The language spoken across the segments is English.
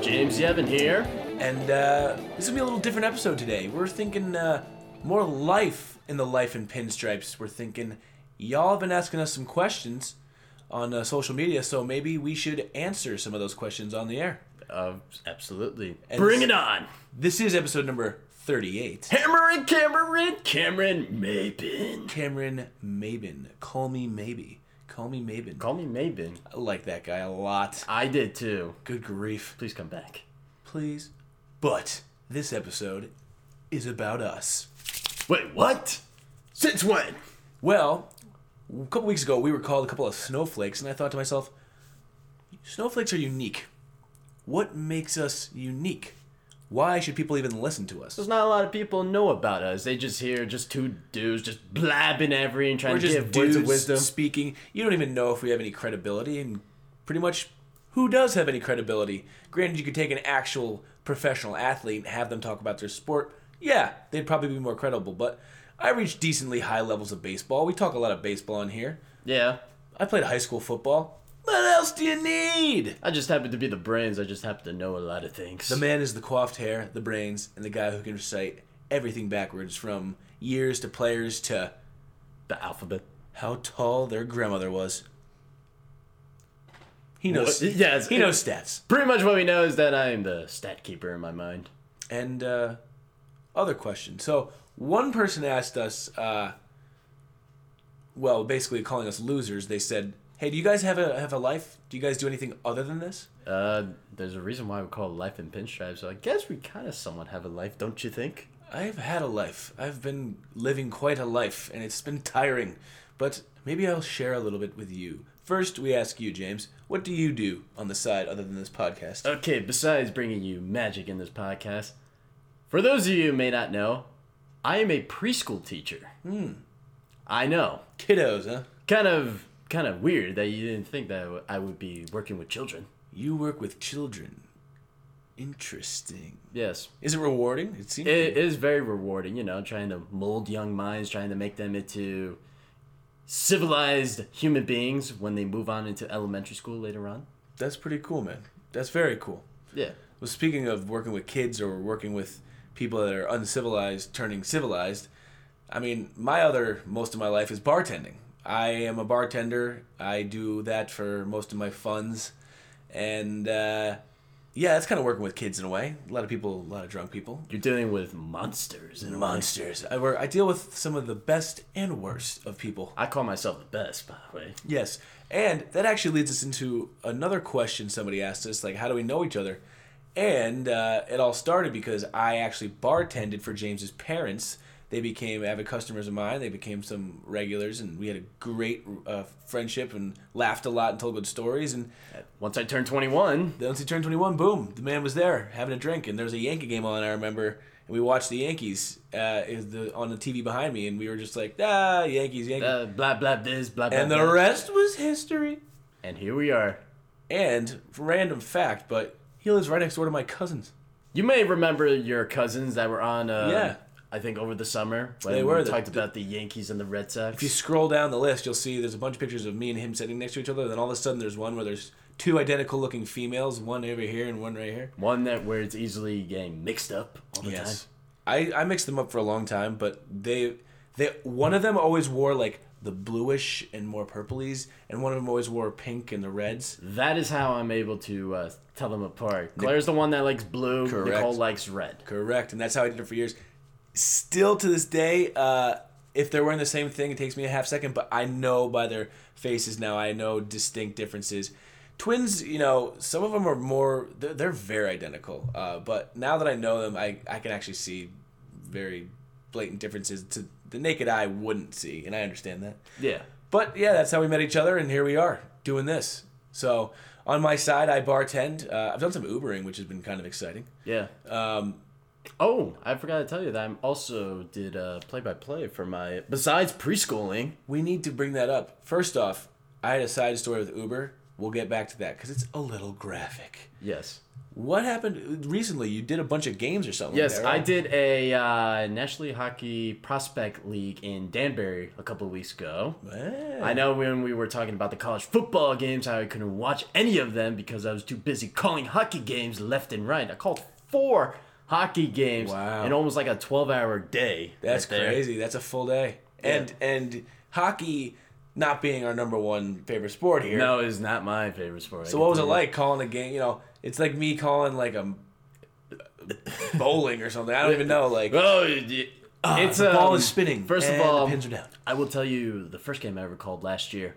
James Yevon here. And uh, this will be a little different episode today. We're thinking uh, more life in the life in pinstripes. We're thinking y'all have been asking us some questions on uh, social media, so maybe we should answer some of those questions on the air. Uh, absolutely. And- Bring it on. This is episode number 38. Hammer and Cameron, Cameron Mabin. Cameron Mabin. Call me maybe. Call me Mabin. Call me Mabin. I like that guy a lot. I did too. Good grief. Please come back. Please. But this episode is about us. Wait, what? Since when? Well, a couple weeks ago, we were called a couple of snowflakes, and I thought to myself, snowflakes are unique. What makes us unique? Why should people even listen to us? There's not a lot of people know about us. They just hear just two dudes just blabbing every and trying We're to just give words dudes of wisdom. speaking. You don't even know if we have any credibility, and pretty much, who does have any credibility? Granted, you could take an actual professional athlete and have them talk about their sport. Yeah, they'd probably be more credible, but I reach decently high levels of baseball. We talk a lot of baseball on here. Yeah. I played high school football. What else do you need? I just happen to be the brains. I just happen to know a lot of things. The man is the coiffed hair, the brains, and the guy who can recite everything backwards from years to players to the alphabet. how tall their grandmother was. He knows. What? Yes. he knows stats Pretty much what we know is that I am the stat keeper in my mind. and uh, other questions. So one person asked us, uh, well, basically calling us losers. They said, "Hey, do you guys have a have a life? Do you guys do anything other than this?" Uh, there's a reason why we call it life in pinstripes. So I guess we kind of somewhat have a life, don't you think? I've had a life. I've been living quite a life, and it's been tiring. But maybe I'll share a little bit with you. First, we ask you, James, what do you do on the side other than this podcast? Okay, besides bringing you magic in this podcast, for those of you who may not know, I am a preschool teacher. Hmm. I know. Kiddos, huh? Kind of, kind of weird that you didn't think that I w- I would be working with children. You work with children. Interesting. Yes, Is it rewarding? It seems. it is very rewarding, you know, trying to mold young minds, trying to make them into civilized human beings when they move on into elementary school later on. That's pretty cool, man. That's very cool. Yeah. Well, speaking of working with kids or working with people that are uncivilized turning civilized, I mean, my other most of my life is bartending. I am a bartender. I do that for most of my funds, and uh, yeah, that's kind of working with kids in a way. A lot of people, a lot of drunk people, You're dealing with monsters and monsters. I work. I deal with some of the best and worst of people. I call myself the best, by the way. Yes. And that actually leads us into another question somebody asked us like, how do we know each other? And uh, it all started because I actually bartended for James's parents. They became avid customers of mine. They became some regulars, and we had a great uh, friendship and laughed a lot and told good stories. And Once I turned 21, then once he turned 21, boom, the man was there having a drink. And there was a Yankee game on, I remember. And we watched the Yankees uh, is the, on the TV behind me, and we were just like, ah, Yankees, Yankees. uh, blah blah this, blah blah. and the blah. rest was history. and here we are. And random fact, but he lives right next door to my cousins. You may remember your cousins that were on. Uh, Yeah. I think over the summer when They were. we talked about the Yankees and the Red Sox. If you scroll down the list, you'll see there's a bunch of pictures of me and him sitting next to each other. Then all of a sudden, there's one where there's two identical looking females, one over here and one right here. One that where it's easily getting mixed up all the Yes, time. I I mixed them up for a long time, but they they one of them always wore like the bluish and more purpleys, and one of them always wore pink and the reds. That is how I'm able to uh, tell them apart. Claire's the one that likes blue. Correct. Nicole likes red. Correct, and that's how I did it for years. Still to this day, uh, if they're wearing the same thing, it takes me a half second, but I know by their faces now, I know distinct differences. Twins, you know, some of them are more, they're, they're very identical, uh, but now that I know them, I, I can actually see very blatant differences to the naked eye wouldn't see, and I understand that. Yeah. But yeah, that's how we met each other, and here we are doing this. So on my side, I bartend. Uh, I've done some Ubering, which has been kind of exciting. Yeah. Um, Oh, I forgot to tell you that I'm also did uh, play by play for my besides preschooling. We need to bring that up. First off, I had a side story with Uber We'll get back to that because it's a little graphic. Yes. What happened recently? You did a bunch of games or something. like Yes, that, I right? did a uh, National League Hockey Prospect League in Danbury a couple of weeks ago. Hey. I know when we were talking about the college football games, how I couldn't watch any of them because I was too busy calling hockey games left and right. I called four hockey games Wow. in almost like a 12 hour day. That's right there. crazy. That's a full day. And and hockey not being our number one favorite sport here. No, it's not my favorite sport. I So can what was it tell you. like calling a game? You know, it's like me calling like a bowling or something. I don't even know. Like Well, it- it's Ah, the ball um, is spinning. First of and all, the pins are down. I will tell you the first game I ever called last year.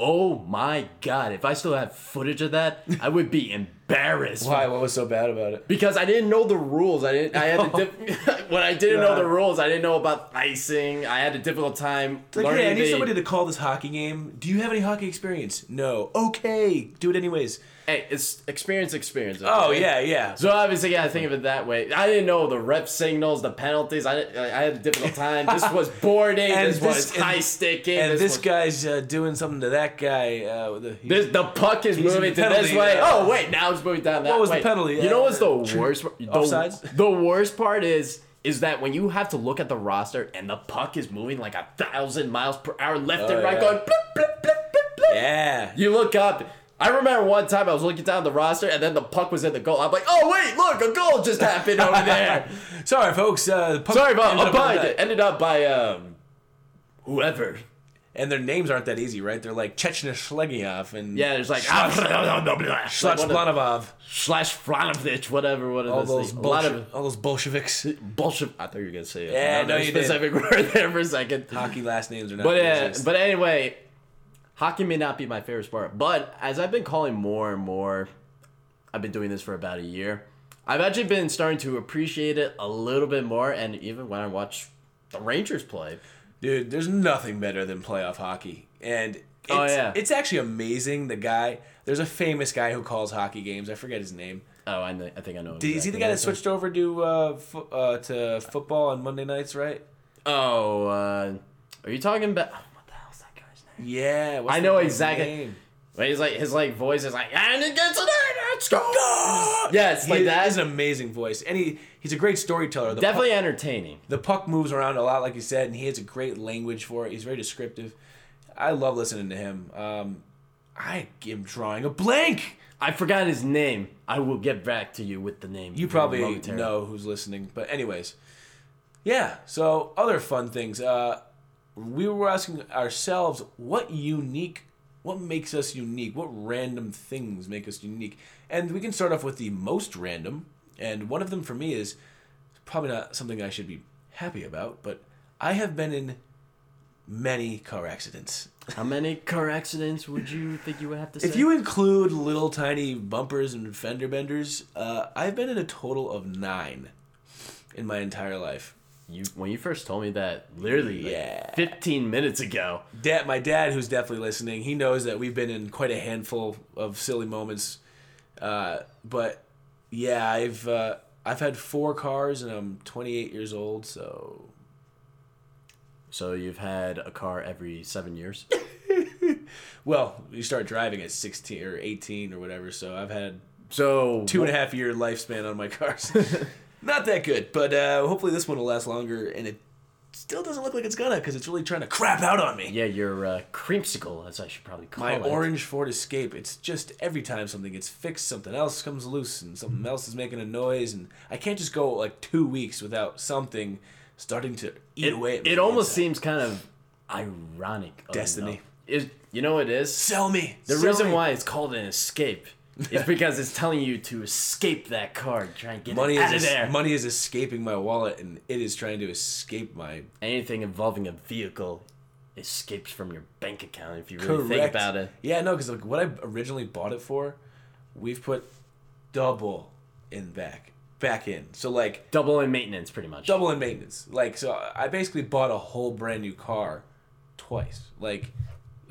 Oh my god! If I still have footage of that, I would be embarrassed. Why? What was so bad about it? Because I didn't know the rules. I didn't. I had the diff- when I didn't know God. the rules. I didn't know about icing. I had a difficult time Like, learning. hey, I need the- somebody to call this hockey game. Do you have any hockey experience? No. Okay, do it anyways. Hey, it's experience, experience. Oh okay? yeah, yeah. So obviously, yeah, I think of it that way. I didn't know the rep signals, the penalties. I, I had a difficult time. This was boarding. And this, this- was and- high sticking. And this was- guy's uh, doing something to that guy. Uh, with the, This, the puck is moving in to the this penalty, way. uh, Oh wait, now it's moving down that way. was the penalty? You know what's the Uh, true- worst? part- The, offsides? the worst part is is that when you have to look at the roster and the puck is moving like a thousand miles per hour left Oh, and right, yeah. going. Bloop, bloop, bloop, bloop, bloop. yeah. You look up. I remember one time I was looking down the roster and then the puck was in the goal. I'm like, oh wait, look, a goal just happened over there. Sorry, folks. Uh, the puck Sorry about ended a up on puck. that. It ended up by um whoever. And their names aren't that easy, right? They're like Chechnya Shlegiov and Yeah, there's like ah, Slash Slash Blanovov. slash Flanovich, whatever, what All of those those a Bolshe- lot of all those Bolsheviks. bullshit. I thought you were gonna say Yeah, another no, you did. specific word there for a second. Hockey last names are not. But uh, the yeah, easiest. but anyway, hockey may not be my favorite sport, but as I've been calling more and more, I've been doing this for about a year. I've actually been starting to appreciate it a little bit more, and even when I watch the Rangers play, dude, there's nothing better than playoff hockey, and it's, Oh, yeah. it's actually amazing. The guy, there's a famous guy who calls hockey games. I forget his name. oh, I, know, I think I know. Did is he the exactly guy who that switched over to uh, fo- uh, to football on Monday nights, right? Oh, uh, are you talking about? Oh, what the hell's that guy's name? Yeah, what's I the know guy's exactly- name? Wait, he's like his like voice is like, and it gets it in, it's go. Yeah, it's like he that. is an amazing voice, and he, he's a great storyteller. The puck- Definitely entertaining. The puck moves around a lot, like you said, and he has a great language for it. He's very descriptive. I love listening to him. Um, I am drawing a blank. I forgot his name. I will get back to you with the name. You probably momentarily. know who's listening, but anyways, yeah. So other fun things. Uh, we were asking ourselves what unique, what makes us unique, what random things make us unique, and we can start off with the most random. And one of them for me is probably not something I should be happy about, but I have been in many car accidents. How many car accidents would you think you would have to say? If you include little tiny bumpers and fender benders, uh, I've been in a total of nine in my entire life. You- when you first told me that, literally like, Yeah. 15 minutes ago. Dad, my dad, who's definitely listening, he knows that we've been in quite a handful of silly moments. Uh, but yeah, I've uh, I've had four cars and I'm 28 years old, so So you've had a car every seven years. well, you start driving at 16 or 18 or whatever. So I've had So two and a half year lifespan on my cars. Not that good, but uh, hopefully this one will last longer. And it still doesn't look like it's gonna, because it's really trying to crap out on me. yeah, your uh, creamsicle, as I should probably call My it. orange Ford Escape. It's just every time something gets fixed, something else comes loose, and Mm-hmm. something else is making a noise, and I can't just go like two weeks without something starting to eat away. It, At me it almost inside. seems kind of ironic. Oh, Destiny. no. Is you know what it is? sell me. The reason why it's called an escape is because it's telling you to escape that car, and try and get money it out is of there. money is escaping my wallet, and it is trying to escape my Anything involving a vehicle escapes from your bank account if you really think about it. Yeah, no, because like what I originally bought it for, we've put double in back back in. So like Double in maintenance, pretty much. double in maintenance. Like so, I basically bought a whole brand new car twice. Like,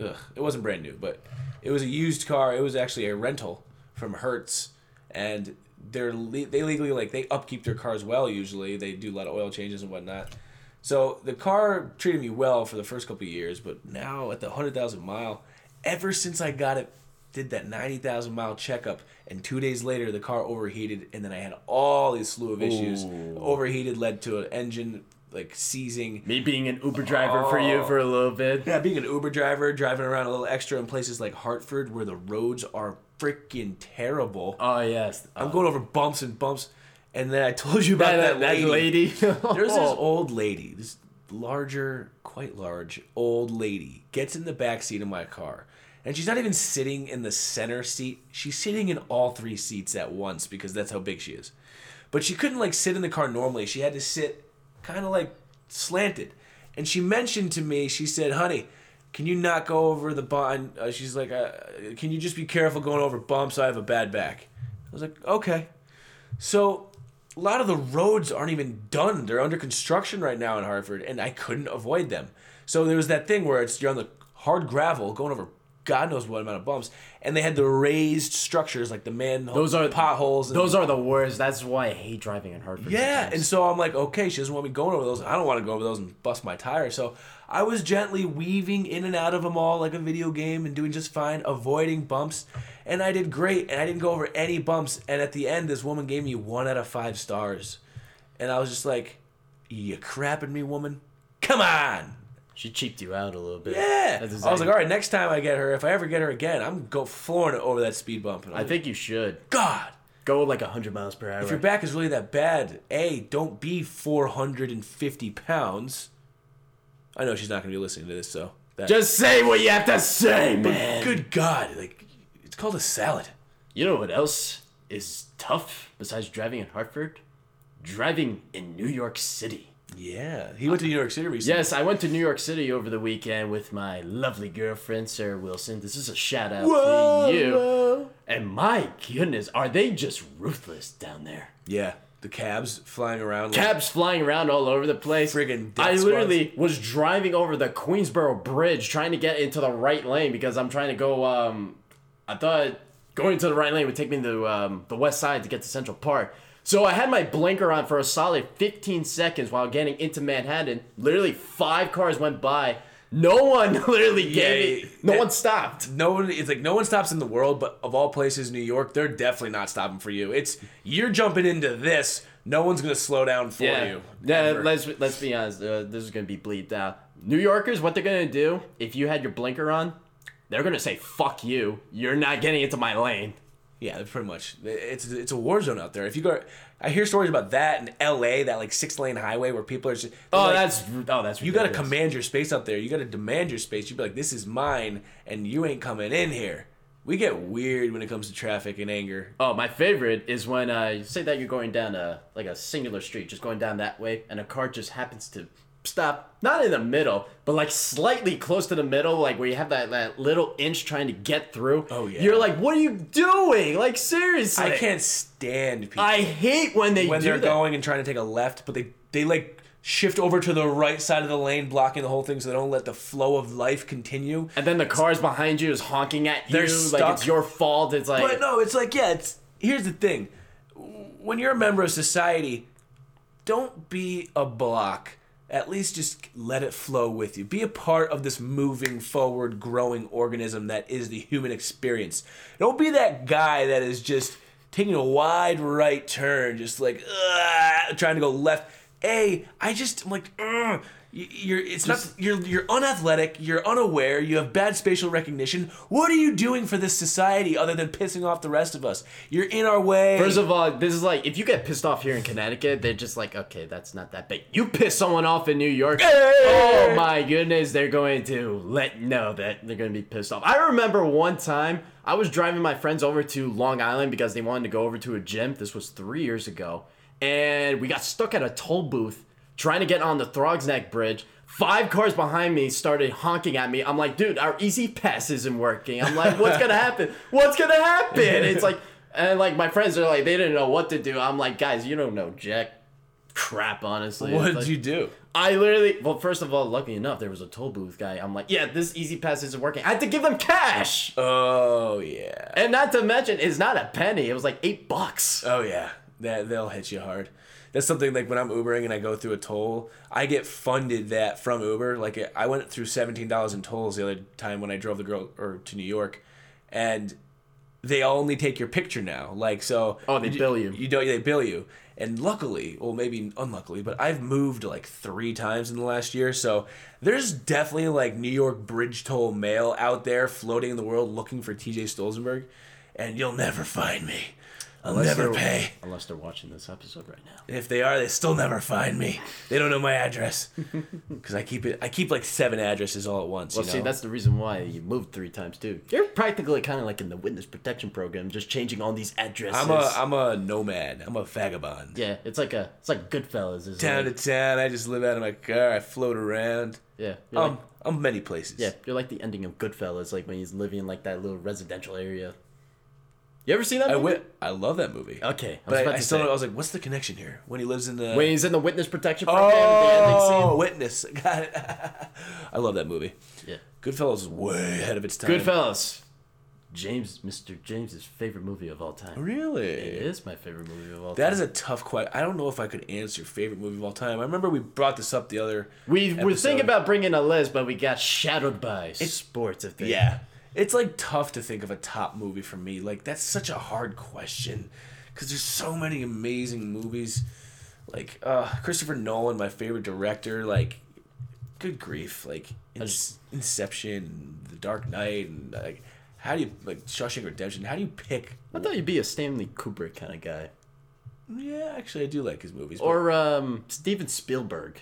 ugh, it wasn't brand new, but it was a used car. It was actually a rental from Hertz, and they're le- they legally like they upkeep their cars well. Usually, they do a lot of oil changes and whatnot. So the car treated me well for the first couple of years, but now at the hundred thousand mile, ever since I got it did that 90,000 mile checkup, and two days later the car overheated, and then I had all these slew of issues. Ooh. Overheated led to an engine like seizing. Me being an Uber driver for you Oh. for a little bit. Yeah, being an Uber driver, driving around a little extra in places like Hartford where the roads are freaking terrible. Oh yes. I'm going over bumps and bumps, and then I told you about that, lady. There's this old lady, this larger, quite large old lady, gets in the back seat of my car. And she's not even sitting in the center seat. She's sitting in all three seats at once because that's how big she is. But she couldn't like sit in the car normally. She had to sit kind of like slanted. And she mentioned to me, she said, "Honey, can you not go over the bump?" Uh, she's like, uh, "Can you just be careful going over bumps? I have a bad back." I was like, "Okay." So a lot of the roads aren't even done. They're under construction right now in Hartford, and I couldn't avoid them. So there was that thing where it's you're on the hard gravel going over God knows what amount of bumps, and they had the raised structures like the man Those are- potholes. And, Those are the worst. That's why I hate driving in Hartford. yeah, sometimes. and so I'm like, okay, she doesn't want me going over those. I don't want to go over those and bust my tire. So I was gently weaving in and out of them all like a video game and doing just fine, avoiding bumps. And I did great, and I didn't go over any bumps. And at the end, this woman gave me one out of five stars. And I was just like, you crapping me, woman? Come on! she cheaped you out a little bit. Yeah! I That's was exactly- like, all right, next time I get her, if I ever get her again, I'm go flooring it over that speed bump. And I I was like, think you should God! go like hundred miles per hour. If your back is really that bad, A, don't be 450 pounds. I know she's not going to be listening to this, so. That, Just say what you have to say, man. good God. Like, it's called a salad. You know what else is tough besides driving in Hartford? Driving in New York City. Yeah. He went to New York City recently. Yes, I went to New York City over the weekend with my lovely girlfriend, Sarah Wilson. This is a shout out Whoa, to you. whoa. And my goodness, are they just ruthless down there? Yeah. The cabs flying around. like- Cabs flying around all over the place. Friggin' death I literally was driving over the Queensboro Bridge trying to get into the right lane because I'm trying to go. Um, I thought going into the right lane would take me to um, the west side to get to Central Park. So I had my blinker on for a solid 15 seconds while getting into Manhattan. Literally five cars went by. No one literally gave Yeah, me. No that- one stopped. no one it's like no one stops in the world but of all places new york they're definitely not stopping for you it's you're jumping into this no one's gonna slow down for yeah. you Yeah, ever. let's let's be honest. Uh, this is gonna be bleeped out. New Yorkers, what they're gonna do if you had your blinker on, they're gonna say "fuck you." You're not getting into my lane. Yeah, that's pretty much. It's it's a war zone out there. If you go, I hear stories about that in L.A. That like six lane highway where people are just. Oh, like, that's oh, that's You got to command your space out there. You got to demand your space. You'd be like, "This is mine, and you ain't coming in here." We get weird when it comes to traffic and anger. Oh, my favorite is when uh, you say that you're going down a like a singular street, just going down that way, and a car just happens to stop, not in the middle, but like slightly close to the middle, like where you have that, that little inch trying to get through. Oh, yeah. You're like, what are you doing? Like seriously, I can't stand people I hate when they when do they're that. going and trying to take a left, but they they like shift over to the right side of the lane, blocking the whole thing, so they don't let the flow of life continue. And then the cars behind you is honking at you They're like it's stuck. your fault. It's like But no, it's like yeah. It's here's the thing: when you're a member of society, don't be a block. At least just let it flow with you. Be a part of this moving forward, growing organism that is the human experience. Don't be that guy that is just taking a wide right turn, just like "Ugh," trying to go left. A, I just I'm like, "Ugh." You- you're it's not you're you're unathletic. You're unaware. You have bad spatial recognition. What are you doing for this society other than pissing off the rest of us? You're in our way. First of all, this is like if you get pissed off here in Connecticut, they're just like, okay, that's not that big. You piss someone off in New York, oh my goodness, they're going to let know that they're going to be pissed off. I remember one time I was driving my friends over to Long Island because they wanted to go over to a gym. This was three years ago, and we got stuck at a toll booth trying to get on the Throgs Neck Bridge. Five cars behind me started honking at me. I'm like, dude, our easy pass isn't working. I'm like, what's gonna happen? What's gonna happen? It's like, and like my friends are like, they didn't know what to do. I'm like, guys, you don't know jack crap, honestly. It's what did like- you do? I literally, well, first of all, lucky enough, there was a toll booth guy. I'm like, yeah, this easy pass isn't working. I had to give them cash, Oh yeah. and not to mention, it's not a penny. It was like eight bucks. Oh yeah. That they'll hit you hard. That's something like when I'm Ubering and I go through a toll, I get funded that from Uber. Like I went through seventeen dollars in tolls the other time when I drove the girl or to New York, and they only take your picture now. Like so. Oh, they bill you. You don't. They bill you. And luckily, well, maybe unluckily, but I've moved like three times in the last year, so there's definitely like New York bridge toll mail out there floating in the world looking for T.J. Stolzenberg, and you'll never find me. I'll never they're- pay. Unless they're watching this episode right now. And if they are, they still never find me. They don't know my address because I keep it. I keep like seven addresses all at once. Well, you see, know? that's the reason why you moved three times too. You're practically kind of like in the witness protection program, just changing all these addresses. I'm a I'm a nomad. I'm a vagabond. yeah, it's like a it's like Goodfellas. Isn't Town to it? town, I just live out of my car. I float around. Yeah, you're Um, like, I'm many places. yeah, you're like the ending of Goodfellas, like when he's living in like that little residential area. You ever seen that? I movie? went. I love that movie. Okay, I was but about I, I to still. say. I was like, what's the connection here? When he lives in the. When he's in the witness protection program, the ending scene. oh, witness. Got it. I love that movie. Yeah. Goodfellas is way ahead of its time. Goodfellas. James, Mr. James's favorite movie of all time. Really. It is my favorite movie of all That time. is a tough question. I don't know if I could answer favorite movie of all time. I remember we brought this up the other. we were episode. thinking about bringing a list, but we got shadowed by sports. I think. Yeah, it's like tough to think of a top movie for me. Like that's such a hard question because there's so many amazing movies. Like uh, Christopher Nolan, my favorite director. Like, good grief! Like In- just- Inception, The Dark Knight, and like how do you like Shawshank Redemption? How do you pick? I thought you'd be a Stanley Kubrick kind of guy, Yeah, actually, I do like his movies. Or or um, Steven Spielberg.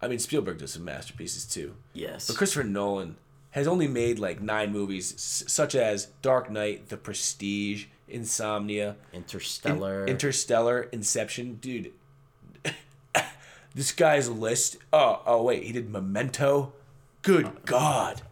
I mean, Spielberg does some masterpieces too. Yes. But Christopher Nolan has only made like nine movies, s- such as Dark Knight, The Prestige, Insomnia, In- Interstellar. Interstellar, Inception. Dude, this guy's list. Oh, oh wait, he did Memento. Good God. Oh.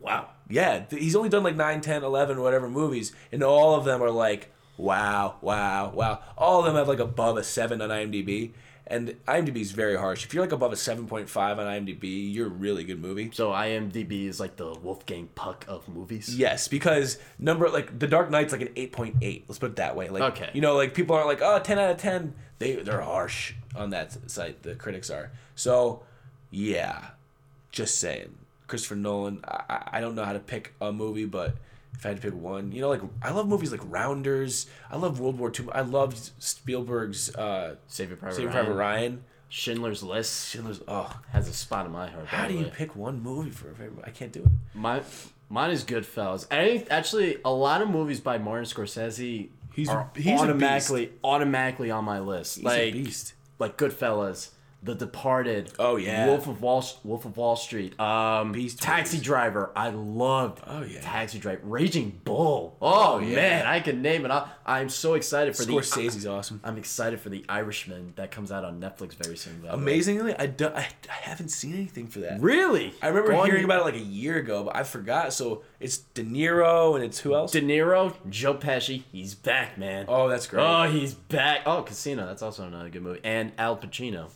wow. Yeah, th- he's only done like 9, 10, 11, whatever movies, and all of them are like, wow, wow, wow. All of them have like above a 7 on IMDb, and IMDb is very harsh. If you're like above a 7.5 on IMDb, you're a really good movie. So IMDb is like the Wolfgang Puck of movies. Yes, because number like The Dark Knight's like an eight point eight. Let's put it that way. Like Okay. you know, like people aren't like oh 10 out of ten. They they're harsh on that side. The critics are so yeah. Just saying, Christopher Nolan. I I- I don't know how to pick a movie, but if I had to pick one, you know, like I love movies like Rounders. I love World War II. I loved Spielberg's uh, Saving Private Saving Ryan. Private Ryan. Schindler's List Schindler's. Oh, has a spot in my heart. by how the do you way. pick one movie for a favorite? I can't do it. My mine is Goodfellas. I think actually a lot of movies by Martin Scorsese He's- are he's a automatically automatically on my list. a like beast. like Goodfellas, The Departed. Oh, yeah. Wolf of Wall Wolf of Wall Street. Um, Beast Taxi movies. Driver. I loved. Oh, yeah. Taxi Driver. Raging Bull. Oh, yeah. man, I can name it. I, I'm so excited for the. Scorsese's awesome. I'm excited for the Irishman that comes out on Netflix very soon. by the way. Amazingly, I, do, I, I haven't seen anything for that. Really? I remember Go on hearing about it like a year ago, but I forgot. So it's De Niro and it's who else? De Niro, Joe Pesci. He's back, man. oh, that's great. Oh, he's back. Oh, Casino. That's also another good movie. And Al Pacino.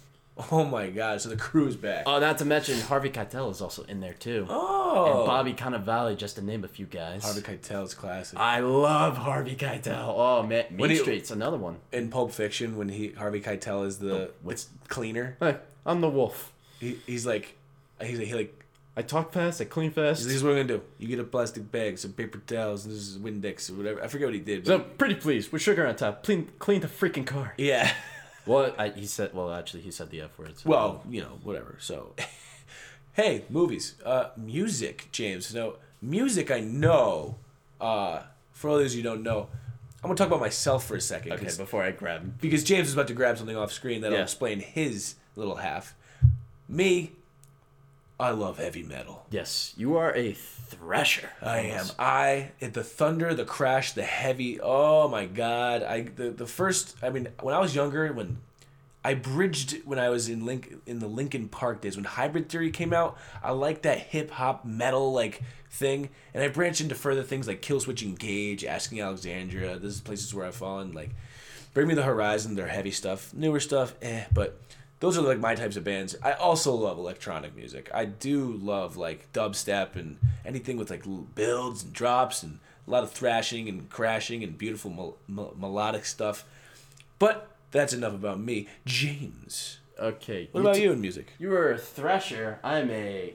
oh my God! So the crew is back. Oh, not to mention Harvey Keitel is also in there too. oh, And Bobby Cannavale, just to name a few guys. Harvey Keitel's classic. I love Harvey Keitel. Oh man, Mean When he- Street's another one. In Pulp Fiction, when he Harvey Keitel is the, the what's- cleaner, Hey, I'm the wolf. he, he's like, he's like, he like, I talk fast. I clean fast. this is what we're gonna do. You get a plastic bag, some paper towels, and this is Windex or whatever. I forget what he did. So But pretty please with sugar on top. Clean, clean the freaking car. yeah. Well, I, he said. Well, actually, he said the f word. so- Well, you know, whatever. So, hey, movies, uh, music, James. No, music. I know. Uh, for all those you don't know, I'm gonna talk about myself for a second. okay. 'cause- Before I grab him. because James is about to grab something off screen that'll Yeah. explain his little half. Me, I love heavy metal. Yes, you are a thrasher. I am. I at the thunder, the crash, the heavy. Oh my god! I the, the first. I mean, when I was younger, when I bridged when I was in Link in the Linkin Park days when Hybrid Theory came out, I liked that hip hop metal like thing, and I branched into further things like Killswitch Engage, Asking Alexandria. This is places where I've fallen. Like, Bring Me the Horizon, their heavy stuff, newer stuff, eh. But those are like my types of bands. I also love electronic music. I do love like dubstep and anything with like l- builds and drops and a lot of thrashing and crashing and beautiful mel- mel- melodic stuff. But that's enough about me. James, Okay. what about you in music? You were a thrasher. I'm a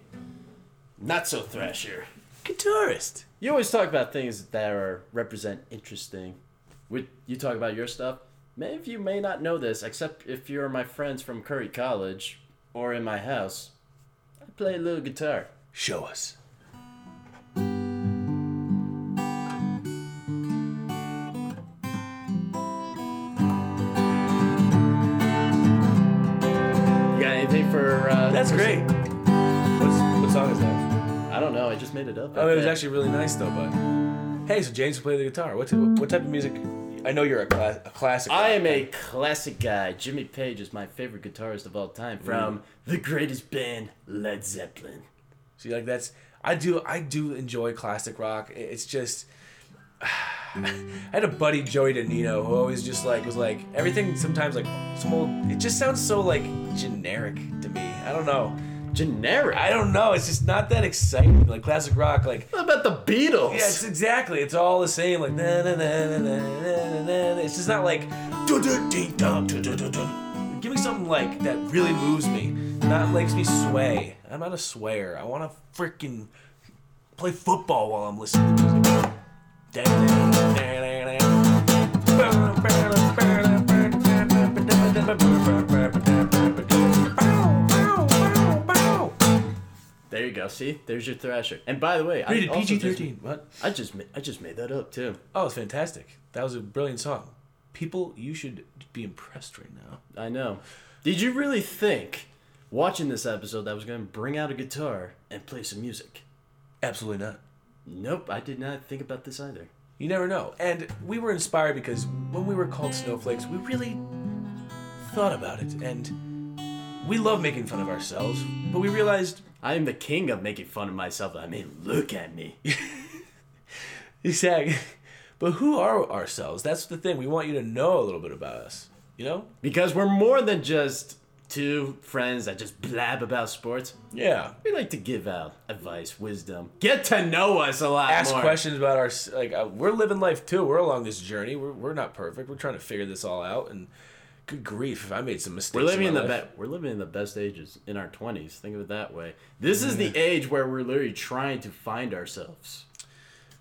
not so thrasher. Guitarist. You always talk about things that are represent interesting. Would you talk about your stuff? Many of you may not know this, except if you're my friends from Curry College or in my house. I play a little guitar. Show us. You got anything for? Uh, That's for- great. What's, what song is that? I don't know. I just made it up. Oh, I it was think. actually really nice though. But hey, so James will play the guitar. What what type of music? I know you're a, cla- a classic. I am a classic guy. Jimmy Page is my favorite guitarist of all time from Mm-hmm. the greatest band, Led Zeppelin. See, like that's I do I do enjoy classic rock. I- It's just I had a buddy Joey DeNino who always just like was like everything sometimes like some old it just sounds so like generic to me. I don't know. Generic. I don't know. It's just not that exciting. Like classic rock like What about the Beatles? Yes, exactly. It's all the same. Like na na na na na na na. na. It's just not like dun dun ding dong dun dun dun dun. Give me something like that really moves me, not makes me sway. I'm not a swayer. I want to freaking play football while I'm listening to music. Da- da- da- da- da- da. There you go. See, there's your Thrasher. And by the way, Rated I also Just, PG-13. What? I just ma- I just made that up too. Oh, it's fantastic. That was a brilliant song. People, you should be impressed right now. I know. Did you really think watching this episode that I was going to bring out a guitar and play some music? Absolutely not. Nope, I did not think about this either. You never know. And we were inspired because when we were called snowflakes, we really thought about it. And we love making fun of ourselves, but we realized I am the king of making fun of myself. I mean, look at me. exactly. But who are ourselves? That's the thing. We want you to know a little bit about us. You know? Because we're more than just two friends that just blab about sports. Yeah. We like to give out advice, wisdom. Get to know us a lot Ask more. questions about our like. Uh, we're living life too. We're along this journey. We're, we're not perfect. We're trying to figure this all out. And good grief, if I made some mistakes. We're living in my the life. be- we're living in the best ages in our 20s. Think of it that way. This is the age where we're literally trying to find ourselves.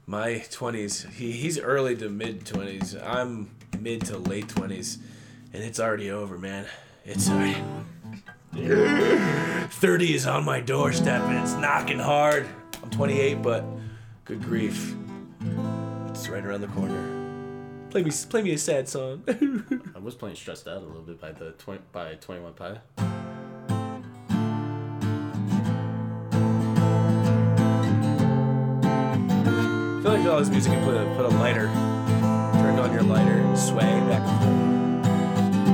My twenties. He he's early to mid twenties. I'm mid to late twenties, and it's already over, man. It's already. Thirty is on my doorstep, and it's knocking hard. I'm 28, but good grief, it's right around the corner. Play me play me a sad song. I was playing stressed out a little bit by the 20, by 21 Pilot. I feel like all this music can put a put a lighter. Turn on your lighter, and sway back. and forth.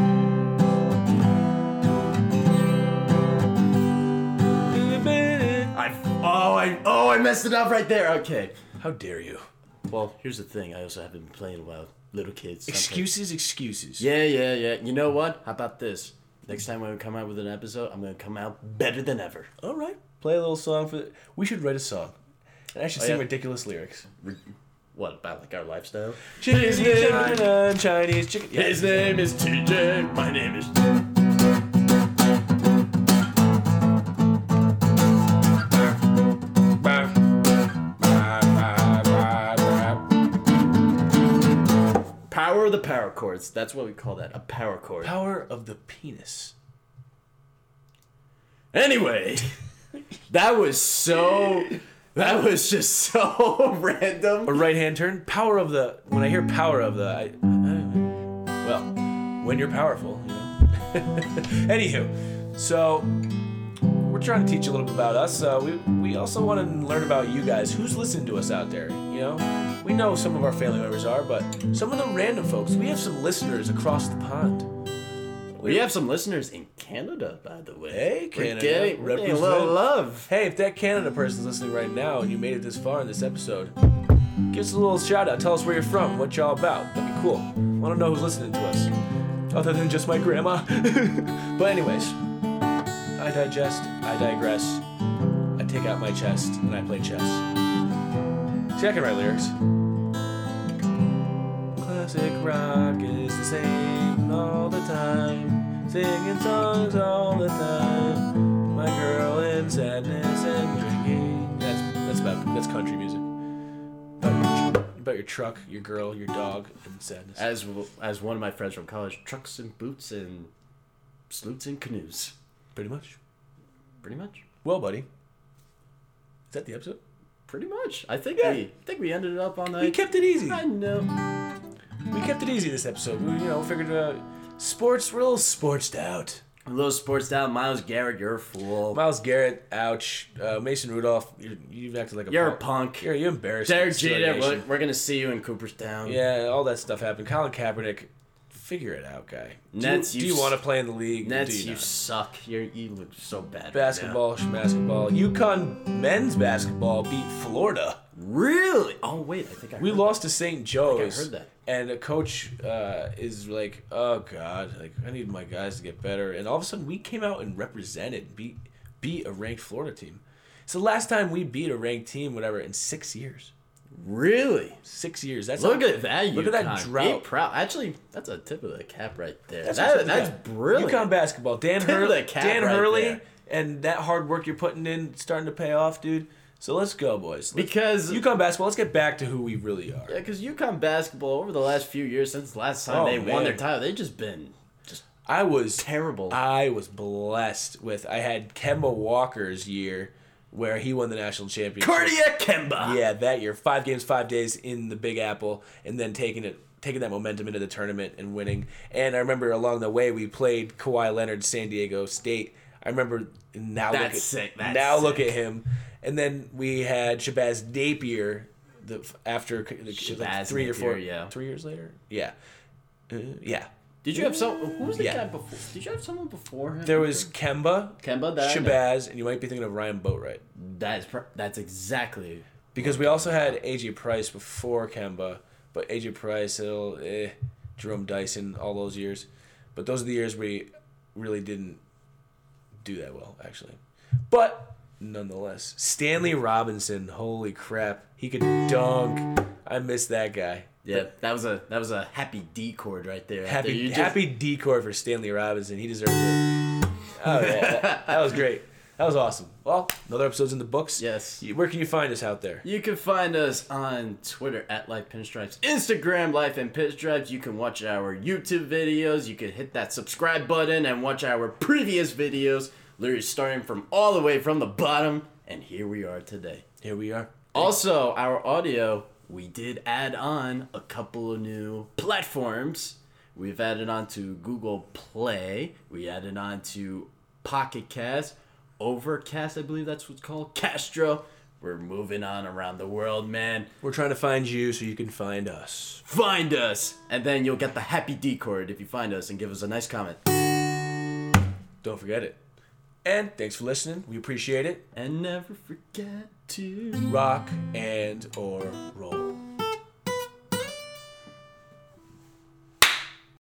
I oh I oh I messed it up right there. Okay. How dare you? Well, here's the thing. I also haven't been playing while little kids. sometimes- Excuses, excuses. Yeah, yeah, yeah. You know what? How about this? Next time when we come out with an episode, I'm gonna come out better than ever. All right, play a little song for. The, we should write a song, and I should sing Oh, yeah. ridiculous lyrics. What about like our lifestyle? Chinese name- China, Chinese chicken. Yeah. His name is TJ. My name is. Power of the power chords. That's what we call that. A power chord. Power of the penis. Anyway, that was so. That was just so A random. right hand turn. Power of the. When I hear power of the, I, I- well, when you're powerful, you know. Anywho, so we're trying to teach you a little bit about us. Uh, we we also want to learn about you guys. Who's listening to us out there? You know, we know some of our family members are, but some of the random folks. We have some listeners across the pond. We have some listeners in Canada, by the way. Hey, We're Canada, getting, we're getting a little represent. love. Hey, if that Canada person's listening right now and you made it this far in this episode, give us a little shout out. Tell us where you're from, what y'all about. That'd be cool. Want to know who's listening to us, other than just my grandma. but anyways, I digest, I digress, I take out my chest and I play chess. See, I can write lyrics. Classic rock is the same all the time. Singing songs all the time. My girl in sadness and drinking. That's that's about that's country music. about your truck, your girl, your dog, and sadness. As w- as one of my friends from college, trucks and boots and sloots and canoes, Pretty much. pretty much. Well, buddy. Is that the episode? Pretty much. I think Yeah. we I think we ended up on the. We kept it easy. I know. We kept it easy this episode. We, you know, figured uh, sports. We're a little sportsed out. A little sports down. Miles Garrett, you're a fool. Miles Garrett, ouch. Uh, Mason Rudolph, you're, you've acted like a You're a punk. punk. You're, you embarrassed. Derek It's still a Jeter, nation. we're, we're gonna see you in Cooperstown. Yeah, all that stuff happened. Colin Kaepernick, figure it out, guy. Do you- Nets, do you you, s- want to play in the league? or do Nets, you, you not? suck. You're, you look so bad. right now. basketball, sh basketball. UConn men's basketball beat Florida. Really? Oh wait, I think I. We heard lost to St. Joe's. heard that. And the coach uh, is like, "Oh God, like I need my guys to get better." And all of a sudden, we came out and represented, beat beat a ranked Florida team. It's the last time we beat a ranked team, whatever, in six years. that. Really? Six years. That's Look how- at that. Look at that UConn. drought. Be proud. Actually, that's a tip of the cap right there. That's what- that, that's yeah. brilliant. UConn basketball. Dan Tip of Hurley, the cap Dan right Hurley, there. and that hard work you're putting in starting to pay off, dude. So let's go, boys. Let's, because UConn basketball. Let's get back to who we really are. Yeah, because UConn basketball over the last few years since last time Oh, they won their man. title, they've just been just I was terrible. I was blessed with. I had Kemba Walker's year where he won the national championship. Cardiac Kemba. Yeah, that year, five games, five days in the Big Apple, and then taking it, taking that momentum into the tournament and winning. And I remember along the way we played Kawhi Leonard, San Diego State. I remember now. look That's at, sick, that's now look at him. And then we had Shabazz Napier. The after the- Shabazz three or four, Napier, yeah. three years later, yeah, uh, yeah. Did you have some? Who was the Yeah. guy before? Did you have someone before him? There was Kemba, Kemba. That I know. Shabazz, and you might be thinking of Ryan Boatwright. That is pr- that's exactly. Because we also had AJ Price before Kemba, but AJ Price, it'll, eh, Jerome Dyson, all those years. But those are the years we really didn't do that well, actually. But nonetheless, Stanley Robinson, holy crap, he could dunk. I miss that guy. Yeah, that was a that was a happy D chord right there. There, Happy you just- happy decor for Stanley Robinson. He deserved it. Oh yeah, that, that was great. That was awesome. Well, another episode's in the books. Yes. Where can you find us out there? You can find us on Twitter at Life Pinstripes, Instagram Life and Pinstripes. You can watch our YouTube videos. You can hit that subscribe button and watch our previous videos. Literally starting from all the way from the bottom, and here we are today. Here we are. Also, our audio, we did add on a couple of new platforms. We've added on to Google Play. We added on to Pocket Cast, Overcast, I believe that's what's called, Castro. We're moving on around the world, man. We're trying to find you so you can find us. Find us, and then you'll get the happy D chord if you find us and give us a nice comment. Don't forget it. And thanks for listening. We appreciate it. And never forget to. Rock and or roll.